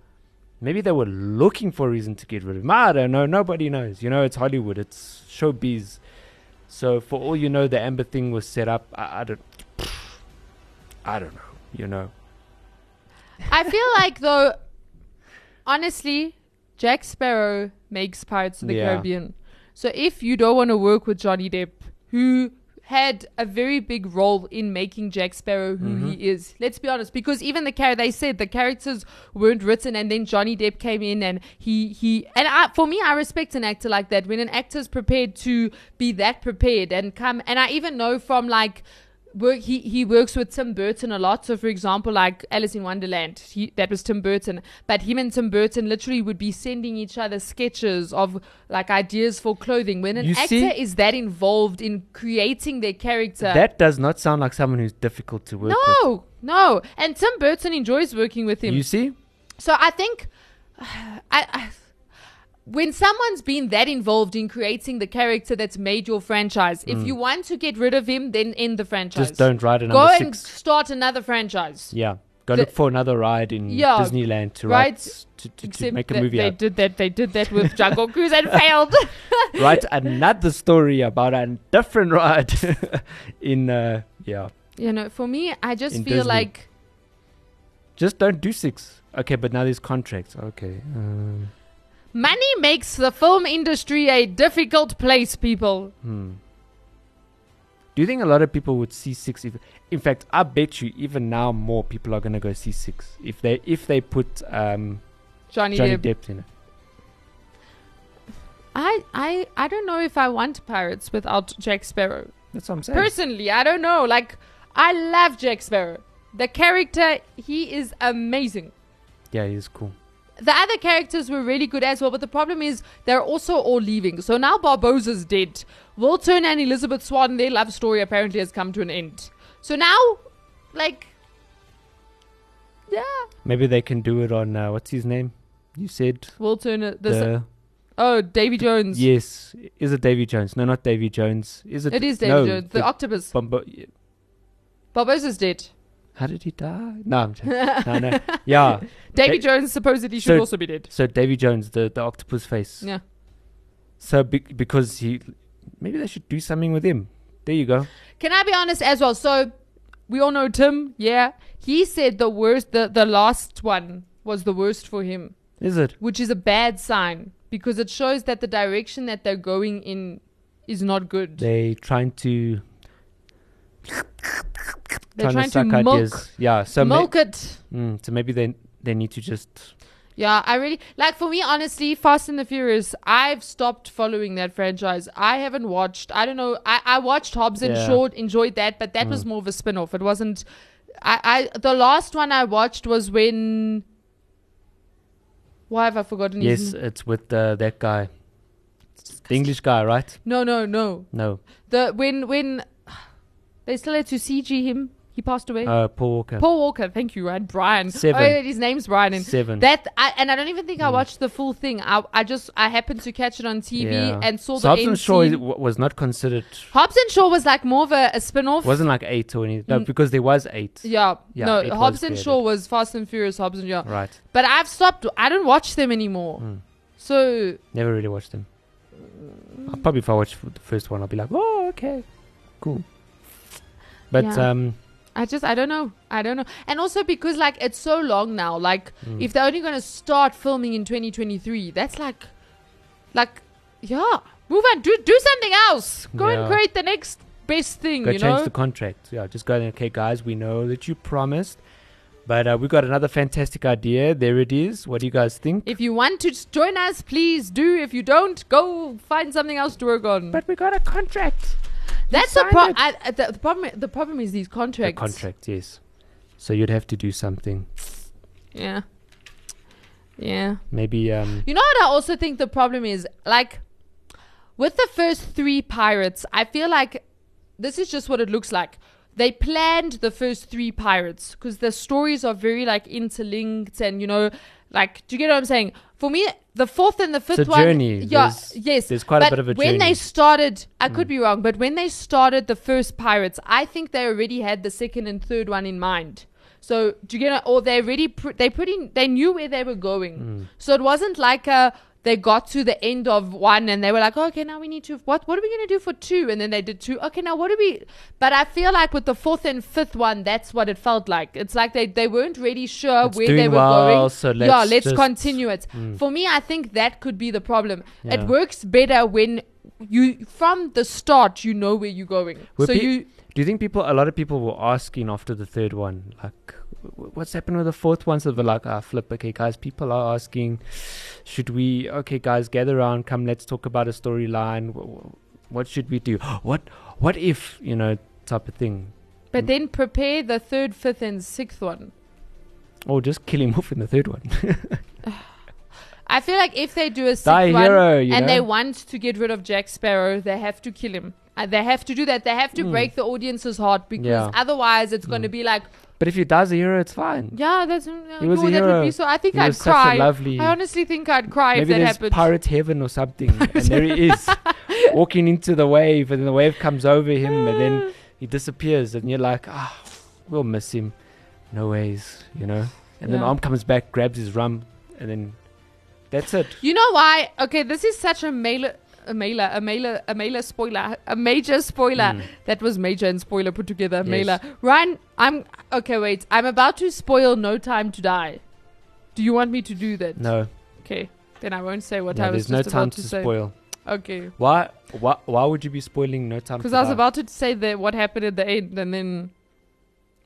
[SPEAKER 1] Maybe they were looking for a reason to get rid of him. I don't know. Nobody knows. You know, it's Hollywood. It's showbiz. So for all you know, the Amber thing was set up. I, I don't. I don't know. You know.
[SPEAKER 2] I feel like though, honestly, Jack Sparrow makes Pirates of the
[SPEAKER 1] Yeah.
[SPEAKER 2] Caribbean. So if you don't want to work with Johnny Depp, who had a very big role in making Jack Sparrow who he is. Let's be honest, because even the character they said the characters weren't written, and then Johnny Depp came in and he he and I, for me, I respect an actor like that when an actor's prepared to be that prepared and come. And I even know from like work he, he works with Tim Burton a lot. So for example, like Alice in Wonderland, he, that was Tim Burton. But him and Tim Burton literally would be sending each other sketches of like ideas for clothing. When an
[SPEAKER 1] You
[SPEAKER 2] actor
[SPEAKER 1] see-
[SPEAKER 2] is that involved in creating their character,
[SPEAKER 1] That does not sound like someone who's difficult to work with.
[SPEAKER 2] no, no. And Tim Burton enjoys working with him.
[SPEAKER 1] You see?
[SPEAKER 2] So I think I, I when someone's been that involved in creating the character that's made your franchise, if you want to get rid of him, then end the franchise.
[SPEAKER 1] Mm. Just don't ride a
[SPEAKER 2] Go
[SPEAKER 1] number
[SPEAKER 2] and
[SPEAKER 1] six.
[SPEAKER 2] start another franchise.
[SPEAKER 1] Yeah. Go
[SPEAKER 2] The-
[SPEAKER 1] look for another ride in
[SPEAKER 2] Yeah,
[SPEAKER 1] Disneyland to
[SPEAKER 2] right.
[SPEAKER 1] write to, to, to
[SPEAKER 2] Except
[SPEAKER 1] make a
[SPEAKER 2] that
[SPEAKER 1] movie
[SPEAKER 2] they
[SPEAKER 1] out.
[SPEAKER 2] did that. They did that with Jungle Cruise and failed.
[SPEAKER 1] write another story about a different ride in uh yeah.
[SPEAKER 2] you know, for me, I just
[SPEAKER 1] In
[SPEAKER 2] feel
[SPEAKER 1] Disney.
[SPEAKER 2] like
[SPEAKER 1] Just don't do six. Okay, but now there's contracts. Okay. Um,
[SPEAKER 2] money makes the film industry a difficult place. People,
[SPEAKER 1] hmm. Do you think a lot of people would see six? If, in fact, I bet you even now more people are gonna go see six if they if they put um,
[SPEAKER 2] Johnny,
[SPEAKER 1] Johnny
[SPEAKER 2] Depp.
[SPEAKER 1] Depp in it.
[SPEAKER 2] I, I, I don't know if I want pirates without Jack Sparrow.
[SPEAKER 1] That's what I'm saying.
[SPEAKER 2] Personally, I don't know. Like, I love Jack Sparrow. The character, he is amazing.
[SPEAKER 1] yeah, he's cool.
[SPEAKER 2] The other characters were really good as well, but the problem is they're also all leaving. So now Barbosa's dead. Will Turner and Elizabeth Swan, their love story apparently has come to an end. So now, like, yeah,
[SPEAKER 1] Maybe they can do it on uh, what's his name? You said
[SPEAKER 2] Will Turner. uh, This,
[SPEAKER 1] the
[SPEAKER 2] oh, Davy Jones.
[SPEAKER 1] yes. Is it Davy Jones? No, not Davy Jones. Is it?
[SPEAKER 2] It is Davy
[SPEAKER 1] no,
[SPEAKER 2] Jones, the, octopus.
[SPEAKER 1] Bombo-
[SPEAKER 2] Barbosa's dead.
[SPEAKER 1] How did he die? No, I'm joking. no, no. Yeah.
[SPEAKER 2] Davy
[SPEAKER 1] Da-
[SPEAKER 2] Jones supposedly should
[SPEAKER 1] So-
[SPEAKER 2] also be dead.
[SPEAKER 1] So Davy Jones, the, the octopus face.
[SPEAKER 2] Yeah.
[SPEAKER 1] So be- because he, maybe they should do something with him. There you go.
[SPEAKER 2] Can I be honest as well? So we all know Tim, yeah. He said the worst the, the last one was the worst for him,
[SPEAKER 1] Is it?
[SPEAKER 2] which is a bad sign because it shows that the direction that they're going in is not good.
[SPEAKER 1] They trying to
[SPEAKER 2] They're
[SPEAKER 1] trying, to suck
[SPEAKER 2] milk
[SPEAKER 1] ideas. Yeah. So may-
[SPEAKER 2] milk it.
[SPEAKER 1] mm, so maybe they they need to just
[SPEAKER 2] Yeah, I really like for me honestly, Fast and the Furious, I've stopped following that franchise. I haven't watched I don't know I, I watched Hobbs and
[SPEAKER 1] Yeah. Mm.
[SPEAKER 2] Shaw, enjoyed that, but that was more of a spin off. It wasn't I, I the last one I watched was when why have I forgotten his
[SPEAKER 1] yes,
[SPEAKER 2] name?
[SPEAKER 1] it's with uh, that guy, the English guy, right?
[SPEAKER 2] No no no.
[SPEAKER 1] No,
[SPEAKER 2] The when when they still had to CG him, he passed away.
[SPEAKER 1] uh, Paul Walker.
[SPEAKER 2] Paul Walker, thank you, right? Brian.
[SPEAKER 1] Seven.
[SPEAKER 2] Oh, yeah, his name's Brian. And
[SPEAKER 1] Seven. Mm.
[SPEAKER 2] That I, and I don't even think I watched the full thing. I, I just I happened to catch it on TV
[SPEAKER 1] Yeah.
[SPEAKER 2] and saw
[SPEAKER 1] so
[SPEAKER 2] the
[SPEAKER 1] Hobbs
[SPEAKER 2] end
[SPEAKER 1] and Shaw is-
[SPEAKER 2] scene.
[SPEAKER 1] wa- was not considered.
[SPEAKER 2] Hobbs and Shaw was like more of a, a spin-off.
[SPEAKER 1] Wasn't like eight or anything. No, because there was eight.
[SPEAKER 2] Mm. yeah,
[SPEAKER 1] Yeah, it
[SPEAKER 2] no,
[SPEAKER 1] was
[SPEAKER 2] Hobbs and
[SPEAKER 1] created.
[SPEAKER 2] Shaw was Fast and Furious. Hobbs and Shaw.
[SPEAKER 1] Right. Mm.
[SPEAKER 2] But I've stopped. I don't watch them anymore. So
[SPEAKER 1] Never really watched them. I'll probably if I watch f- the first one, I'll be like, oh, okay, cool. But
[SPEAKER 2] Yeah.
[SPEAKER 1] um,
[SPEAKER 2] I just I don't know. I don't know. And also because like it's so long now. Like
[SPEAKER 1] Hmm. Mm.
[SPEAKER 2] if they're only going to start filming in 2023, that's like like yeah. Move on. Do do something else. Go
[SPEAKER 1] Yeah.
[SPEAKER 2] and create the next best thing,
[SPEAKER 1] go
[SPEAKER 2] you
[SPEAKER 1] change
[SPEAKER 2] know?
[SPEAKER 1] the contract. Yeah, just go. there, Okay, guys, we know that you promised, but uh, we got another fantastic idea. There it is. What do you guys think?
[SPEAKER 2] if you want to s- join us, please do. If you don't, go find something else to work on.
[SPEAKER 1] but we got a contract.
[SPEAKER 2] that's the
[SPEAKER 1] signed
[SPEAKER 2] problem.
[SPEAKER 1] it.
[SPEAKER 2] The, the problem. The problem is these
[SPEAKER 1] A
[SPEAKER 2] contracts.
[SPEAKER 1] contract, yes. So you'd have to do something.
[SPEAKER 2] Yeah. Yeah.
[SPEAKER 1] Maybe um,
[SPEAKER 2] You know what I also think the problem is? Like, with the first three pirates, I feel like this is just what it looks like. They planned the first three pirates because the stories are very like interlinked and you know, like, do you get what I'm saying? For me, the fourth and the fifth
[SPEAKER 1] a
[SPEAKER 2] one,
[SPEAKER 1] journey.
[SPEAKER 2] yeah,
[SPEAKER 1] There's-
[SPEAKER 2] yes,
[SPEAKER 1] there's quite a
[SPEAKER 2] but
[SPEAKER 1] bit of a
[SPEAKER 2] when they
[SPEAKER 1] journey.
[SPEAKER 2] started, I could
[SPEAKER 1] Mm.
[SPEAKER 2] be wrong, but when they started the first pirates, I think they already had the second and third one in mind. So do you get? Or they already pr- they pretty they knew where they were going.
[SPEAKER 1] Mm.
[SPEAKER 2] So it wasn't like a they got to the end of one and they were like, okay, now we need to what what are we gonna do for two? And then they did two. Okay, now what do we? But I feel like with the fourth and fifth one, that's what it felt like. It's like they they weren't really sure
[SPEAKER 1] It's
[SPEAKER 2] where
[SPEAKER 1] doing
[SPEAKER 2] they were
[SPEAKER 1] well,
[SPEAKER 2] going.
[SPEAKER 1] so
[SPEAKER 2] yeah,
[SPEAKER 1] let's
[SPEAKER 2] let's
[SPEAKER 1] just-
[SPEAKER 2] continue it. For me, I think that could be the problem.
[SPEAKER 1] Hmm. Yeah.
[SPEAKER 2] It works better when you from the start you know where you're going.
[SPEAKER 1] Were
[SPEAKER 2] so
[SPEAKER 1] pe-
[SPEAKER 2] you
[SPEAKER 1] Do you think people, a lot of people were asking after the third one, like, "Wh- what's happened with the fourth one? So they're like, ah, flip, okay, guys, people are asking, should we, okay, guys, gather around, come, let's talk about a storyline. Wh- wh- What should we do? What, what if, you know, type of thing?
[SPEAKER 2] but then prepare the third, fifth, and sixth one.
[SPEAKER 1] Or just kill him off in the third one.
[SPEAKER 2] I feel like if they do a sixth
[SPEAKER 1] Die
[SPEAKER 2] one
[SPEAKER 1] hero, you
[SPEAKER 2] and
[SPEAKER 1] know?
[SPEAKER 2] they want to get rid of Jack Sparrow, they have to kill him. Uh, they have to do that. They have to break the audience's heart because
[SPEAKER 1] Hmm. Yeah. Hmm.
[SPEAKER 2] otherwise it's going to be like,
[SPEAKER 1] but if he dies a hero, it's fine.
[SPEAKER 2] yeah, that's uh,
[SPEAKER 1] He was
[SPEAKER 2] no,
[SPEAKER 1] a
[SPEAKER 2] that would
[SPEAKER 1] hero.
[SPEAKER 2] be so. I think
[SPEAKER 1] He
[SPEAKER 2] I'd
[SPEAKER 1] was such a
[SPEAKER 2] cry.
[SPEAKER 1] lovely-
[SPEAKER 2] I honestly think I'd cry
[SPEAKER 1] Maybe
[SPEAKER 2] if that
[SPEAKER 1] there's
[SPEAKER 2] happened.
[SPEAKER 1] pirate heaven or something, and there he is, walking into the wave, and the wave comes over him, and then he disappears, and you're like, ah, we'll miss him, no ways, you know. And then
[SPEAKER 2] Yeah.
[SPEAKER 1] Arm comes back, grabs his rum, and then that's it.
[SPEAKER 2] You know why? Okay, this is such a mailer, a mailer, a mailer, a mailer spoiler, a major spoiler.
[SPEAKER 1] Hmm.
[SPEAKER 2] That was major and spoiler put together. Mailer. Ryan, I'm okay. Wait, I'm about to spoil No Time to Die. Do you want me to do that?
[SPEAKER 1] No,
[SPEAKER 2] Okay, then I won't say what
[SPEAKER 1] no
[SPEAKER 2] I was
[SPEAKER 1] there's
[SPEAKER 2] just
[SPEAKER 1] no
[SPEAKER 2] about
[SPEAKER 1] time
[SPEAKER 2] to,
[SPEAKER 1] to,
[SPEAKER 2] say.
[SPEAKER 1] spoil.
[SPEAKER 2] Okay,
[SPEAKER 1] Why, why, why would you be spoiling no time?
[SPEAKER 2] because
[SPEAKER 1] to
[SPEAKER 2] I was
[SPEAKER 1] Die?
[SPEAKER 2] about to say that what happened at the end, and then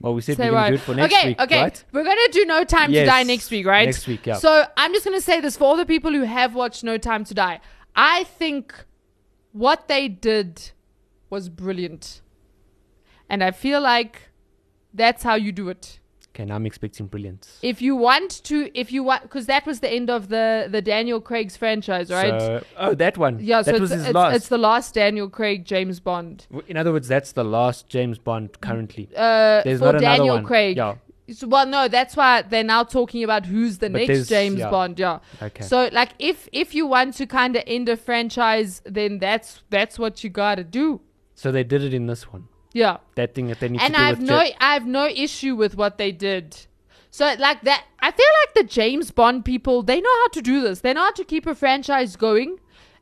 [SPEAKER 1] Well, we said
[SPEAKER 2] say
[SPEAKER 1] we're gonna
[SPEAKER 2] why.
[SPEAKER 1] do it for next
[SPEAKER 2] okay,
[SPEAKER 1] week,
[SPEAKER 2] okay,
[SPEAKER 1] right?
[SPEAKER 2] we're gonna do No Time to
[SPEAKER 1] Yes,
[SPEAKER 2] Die next week, right?
[SPEAKER 1] Next week, yeah.
[SPEAKER 2] So I'm just going to say this for all the people who have watched No Time to Die. I think what they did was brilliant. And I feel like that's how you do it.
[SPEAKER 1] okay, now I'm expecting brilliance.
[SPEAKER 2] If you want to, if you want, because that was the end of the the Daniel Craig's franchise, right?
[SPEAKER 1] So, oh, that one.
[SPEAKER 2] yeah,
[SPEAKER 1] that
[SPEAKER 2] so
[SPEAKER 1] was
[SPEAKER 2] it's,
[SPEAKER 1] his
[SPEAKER 2] it's,
[SPEAKER 1] last.
[SPEAKER 2] it's the last Daniel Craig James Bond.
[SPEAKER 1] W- In other words, that's the last James Bond currently.
[SPEAKER 2] Uh,
[SPEAKER 1] There's
[SPEAKER 2] for
[SPEAKER 1] not another
[SPEAKER 2] Daniel
[SPEAKER 1] one.
[SPEAKER 2] Craig.
[SPEAKER 1] Yeah.
[SPEAKER 2] It's- well, no, that's why they're now talking about who's the
[SPEAKER 1] But
[SPEAKER 2] next
[SPEAKER 1] there's-
[SPEAKER 2] James
[SPEAKER 1] yeah.
[SPEAKER 2] Bond. Yeah.
[SPEAKER 1] Okay.
[SPEAKER 2] So like, if if you want to kind of end a franchise, then that's that's what you gotta do.
[SPEAKER 1] So they did it in this one.
[SPEAKER 2] Yeah.
[SPEAKER 1] That thing that they need
[SPEAKER 2] And
[SPEAKER 1] to do
[SPEAKER 2] I've
[SPEAKER 1] with
[SPEAKER 2] no
[SPEAKER 1] Jack-
[SPEAKER 2] I've no issue with what they did. So like that, I feel like the James Bond people they know how to do this. They know how to keep a franchise going,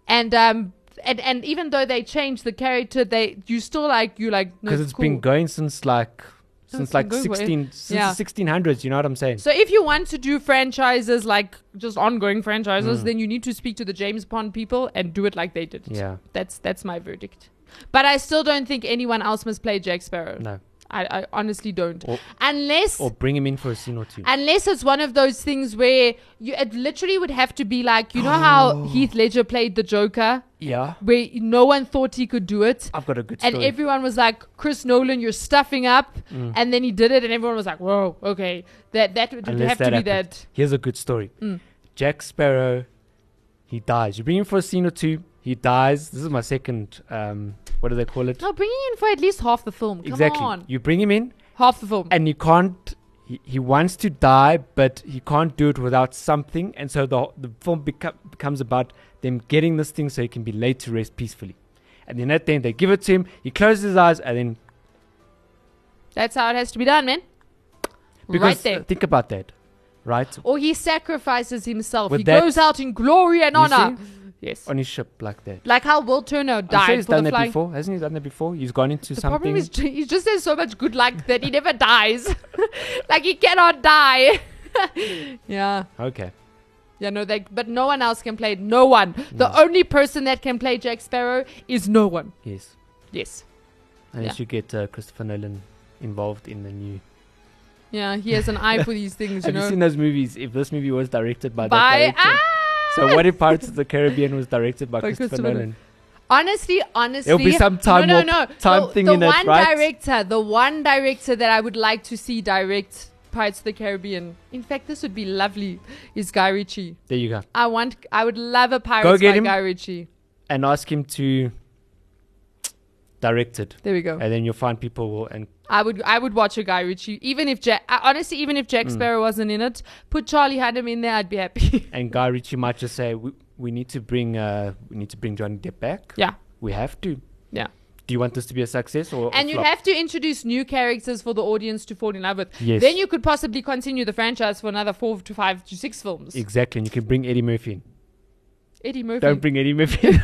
[SPEAKER 2] and um and and even though they change the character, they you still like you like no,
[SPEAKER 1] because it's
[SPEAKER 2] cool.
[SPEAKER 1] been going since like
[SPEAKER 2] it's
[SPEAKER 1] since
[SPEAKER 2] been
[SPEAKER 1] like
[SPEAKER 2] going way-
[SPEAKER 1] sixteen since
[SPEAKER 2] Yeah.
[SPEAKER 1] the sixteen hundreds. You know what I'm saying?
[SPEAKER 2] So if you want to do franchises like just ongoing franchises,
[SPEAKER 1] Hmm.
[SPEAKER 2] then you need to speak to the James Bond people and do it like they did.
[SPEAKER 1] Yeah.
[SPEAKER 2] That's that's my verdict. But I still don't think anyone else must play Jack Sparrow.
[SPEAKER 1] no,
[SPEAKER 2] I, I honestly don't.
[SPEAKER 1] Or-
[SPEAKER 2] unless
[SPEAKER 1] or bring him in for a scene or two.
[SPEAKER 2] unless it's one of those things where you it literally would have to be like, you know
[SPEAKER 1] Oh.
[SPEAKER 2] how Heath Ledger played the Joker?
[SPEAKER 1] yeah,
[SPEAKER 2] Where no one thought he could do it.
[SPEAKER 1] I've got a good
[SPEAKER 2] And
[SPEAKER 1] story. Mm.
[SPEAKER 2] everyone was like, "Chris Nolan, you're stuffing up," and then he did it, and everyone was like, "Whoa, okay, that that would
[SPEAKER 1] Unless
[SPEAKER 2] have to be
[SPEAKER 1] happened.
[SPEAKER 2] that." Mm.
[SPEAKER 1] Here's a good story. Jack Sparrow, he dies. You bring him for a scene or two. He dies. This is my second. Um, what do they call it?
[SPEAKER 2] No, bring it in for at least half the film. Come
[SPEAKER 1] exactly.
[SPEAKER 2] on,
[SPEAKER 1] You bring him in,
[SPEAKER 2] half the film.
[SPEAKER 1] and he can't he, he wants to die but he can't do it without something and so the the film beco- becomes about them getting this thing so he can be laid to rest peacefully and then at the end they give it to him he closes his eyes and then
[SPEAKER 2] That's how it has to be done, man.
[SPEAKER 1] because
[SPEAKER 2] right there.
[SPEAKER 1] think about that right
[SPEAKER 2] or he sacrifices himself.
[SPEAKER 1] With
[SPEAKER 2] he
[SPEAKER 1] that-
[SPEAKER 2] goes out in glory and
[SPEAKER 1] You
[SPEAKER 2] honor. Yes.
[SPEAKER 1] on his ship like that
[SPEAKER 2] Like how Will Turner
[SPEAKER 1] I'm
[SPEAKER 2] died
[SPEAKER 1] sure he's
[SPEAKER 2] for
[SPEAKER 1] done
[SPEAKER 2] the
[SPEAKER 1] that
[SPEAKER 2] flying.
[SPEAKER 1] before hasn't he done that before he's gone into
[SPEAKER 2] The
[SPEAKER 1] something
[SPEAKER 2] problem is ju- he just has so much good luck that he never dies. like he cannot die. yeah.
[SPEAKER 1] okay
[SPEAKER 2] Yeah, no, they, but no one else can play it. No one. The only person that can play Jack Sparrow is no one.
[SPEAKER 1] yes
[SPEAKER 2] Yes.
[SPEAKER 1] unless
[SPEAKER 2] Yeah.
[SPEAKER 1] you get uh, Christopher Nolan involved in the new
[SPEAKER 2] Yeah, he has an eye for these things, you
[SPEAKER 1] have you
[SPEAKER 2] know.
[SPEAKER 1] seen those movies if this movie was directed by, that
[SPEAKER 2] By
[SPEAKER 1] director
[SPEAKER 2] ah!
[SPEAKER 1] so what if Pirates of the Caribbean was directed by,
[SPEAKER 2] By
[SPEAKER 1] Christopher,
[SPEAKER 2] Christopher Nolan.
[SPEAKER 1] Nolan
[SPEAKER 2] Honestly, honestly,
[SPEAKER 1] There'll be some time
[SPEAKER 2] no,
[SPEAKER 1] warp-
[SPEAKER 2] no, no.
[SPEAKER 1] time
[SPEAKER 2] the,
[SPEAKER 1] thing
[SPEAKER 2] the
[SPEAKER 1] in it,
[SPEAKER 2] one
[SPEAKER 1] right?
[SPEAKER 2] director, the one director that I would like to see direct Pirates of the Caribbean. In fact, this would be lovely. Is Guy Ritchie?
[SPEAKER 1] There you go.
[SPEAKER 2] I want. I would love a Pirates
[SPEAKER 1] get
[SPEAKER 2] by
[SPEAKER 1] him.
[SPEAKER 2] Guy Ritchie.
[SPEAKER 1] And ask him to direct it.
[SPEAKER 2] There we go.
[SPEAKER 1] And then you'll find people will and
[SPEAKER 2] I would. I would watch a Guy Ritchie, even if Jack. I- Honestly, even if
[SPEAKER 1] Hmm.
[SPEAKER 2] Jack Sparrow wasn't in it, put Charlie Hunnam in there, I'd be happy.
[SPEAKER 1] and Guy Ritchie might just say we, we need to bring uh we need to bring Johnny Depp back.
[SPEAKER 2] yeah,
[SPEAKER 1] We have to.
[SPEAKER 2] yeah.
[SPEAKER 1] do you want this to be a success or a
[SPEAKER 2] and you'd
[SPEAKER 1] flop?
[SPEAKER 2] have to introduce new characters for the audience to fall in love with.
[SPEAKER 1] Yes.
[SPEAKER 2] Then you could possibly continue the franchise for another four to five to six films.
[SPEAKER 1] exactly. And you can bring Eddie Murphy. In.
[SPEAKER 2] Eddie Murphy.
[SPEAKER 1] Don't bring Eddie Murphy. in.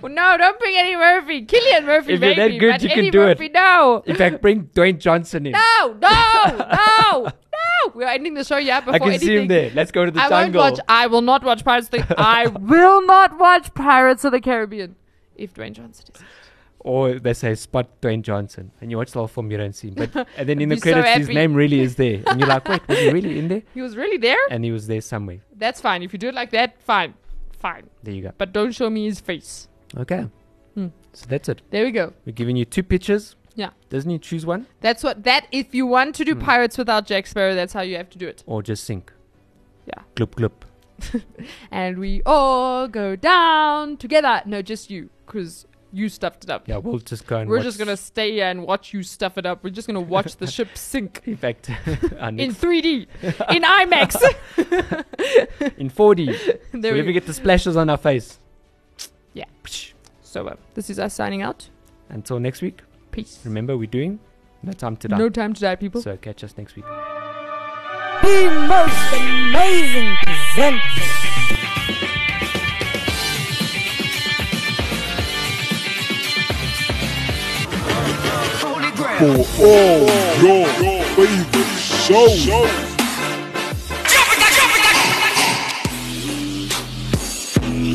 [SPEAKER 2] Well, no, don't bring Eddie Murphy. Killian Murphy,
[SPEAKER 1] If you're
[SPEAKER 2] maybe.
[SPEAKER 1] that good,
[SPEAKER 2] but
[SPEAKER 1] you can
[SPEAKER 2] Eddie
[SPEAKER 1] do it.
[SPEAKER 2] Murphy, No.
[SPEAKER 1] in fact, bring Dwayne Johnson in.
[SPEAKER 2] No, no, no, no. We're ending the show yeah before
[SPEAKER 1] I can
[SPEAKER 2] anything.
[SPEAKER 1] see him there. Let's go to the
[SPEAKER 2] I
[SPEAKER 1] jungle.
[SPEAKER 2] won't watch. I will not watch Pirates. Of the, I will not watch Pirates of the Caribbean if Dwayne Johnson is.
[SPEAKER 1] Or they say spot Dwayne Johnson, and you watch the whole film you don't see. him. But and then in the
[SPEAKER 2] Be so
[SPEAKER 1] credits, his
[SPEAKER 2] happy.
[SPEAKER 1] name really is there, and you're like, wait, was he really in there?
[SPEAKER 2] He was really there.
[SPEAKER 1] And he was there somewhere.
[SPEAKER 2] That's fine. If you do it like that, fine, fine.
[SPEAKER 1] There you go.
[SPEAKER 2] But don't show me his face.
[SPEAKER 1] Okay. So that's it.
[SPEAKER 2] There we go.
[SPEAKER 1] We're giving you two pitches.
[SPEAKER 2] Hmm. Yeah.
[SPEAKER 1] Doesn't you choose one
[SPEAKER 2] That's what that. If you want to do
[SPEAKER 1] Hmm.
[SPEAKER 2] Pirates without Jack Sparrow, that's how you have to do it.
[SPEAKER 1] or just sink?
[SPEAKER 2] Yeah.
[SPEAKER 1] Gloop gloop.
[SPEAKER 2] And we all go down together. No, just you, because you stuffed it up.
[SPEAKER 1] Yeah, we'll just go and.
[SPEAKER 2] We're
[SPEAKER 1] watch-
[SPEAKER 2] just gonna stay here and watch you stuff it up. We're just gonna watch the ship sink
[SPEAKER 1] In fact, our
[SPEAKER 2] in
[SPEAKER 1] next,
[SPEAKER 2] 3D, in IMAX.
[SPEAKER 1] in 4D,
[SPEAKER 2] there
[SPEAKER 1] we
[SPEAKER 2] we
[SPEAKER 1] ever
[SPEAKER 2] go.
[SPEAKER 1] get the splashes on our face.
[SPEAKER 2] Yeah. So uh, this is us signing out.
[SPEAKER 1] Until next week,
[SPEAKER 2] Peace.
[SPEAKER 1] remember we're doing no time to die.
[SPEAKER 2] No time to die, people.
[SPEAKER 1] So catch us next week.
[SPEAKER 3] The most amazing presenters.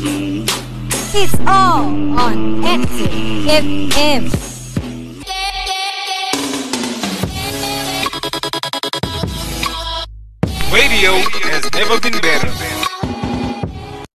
[SPEAKER 3] It's all on Active FM.
[SPEAKER 4] Radio has never been better.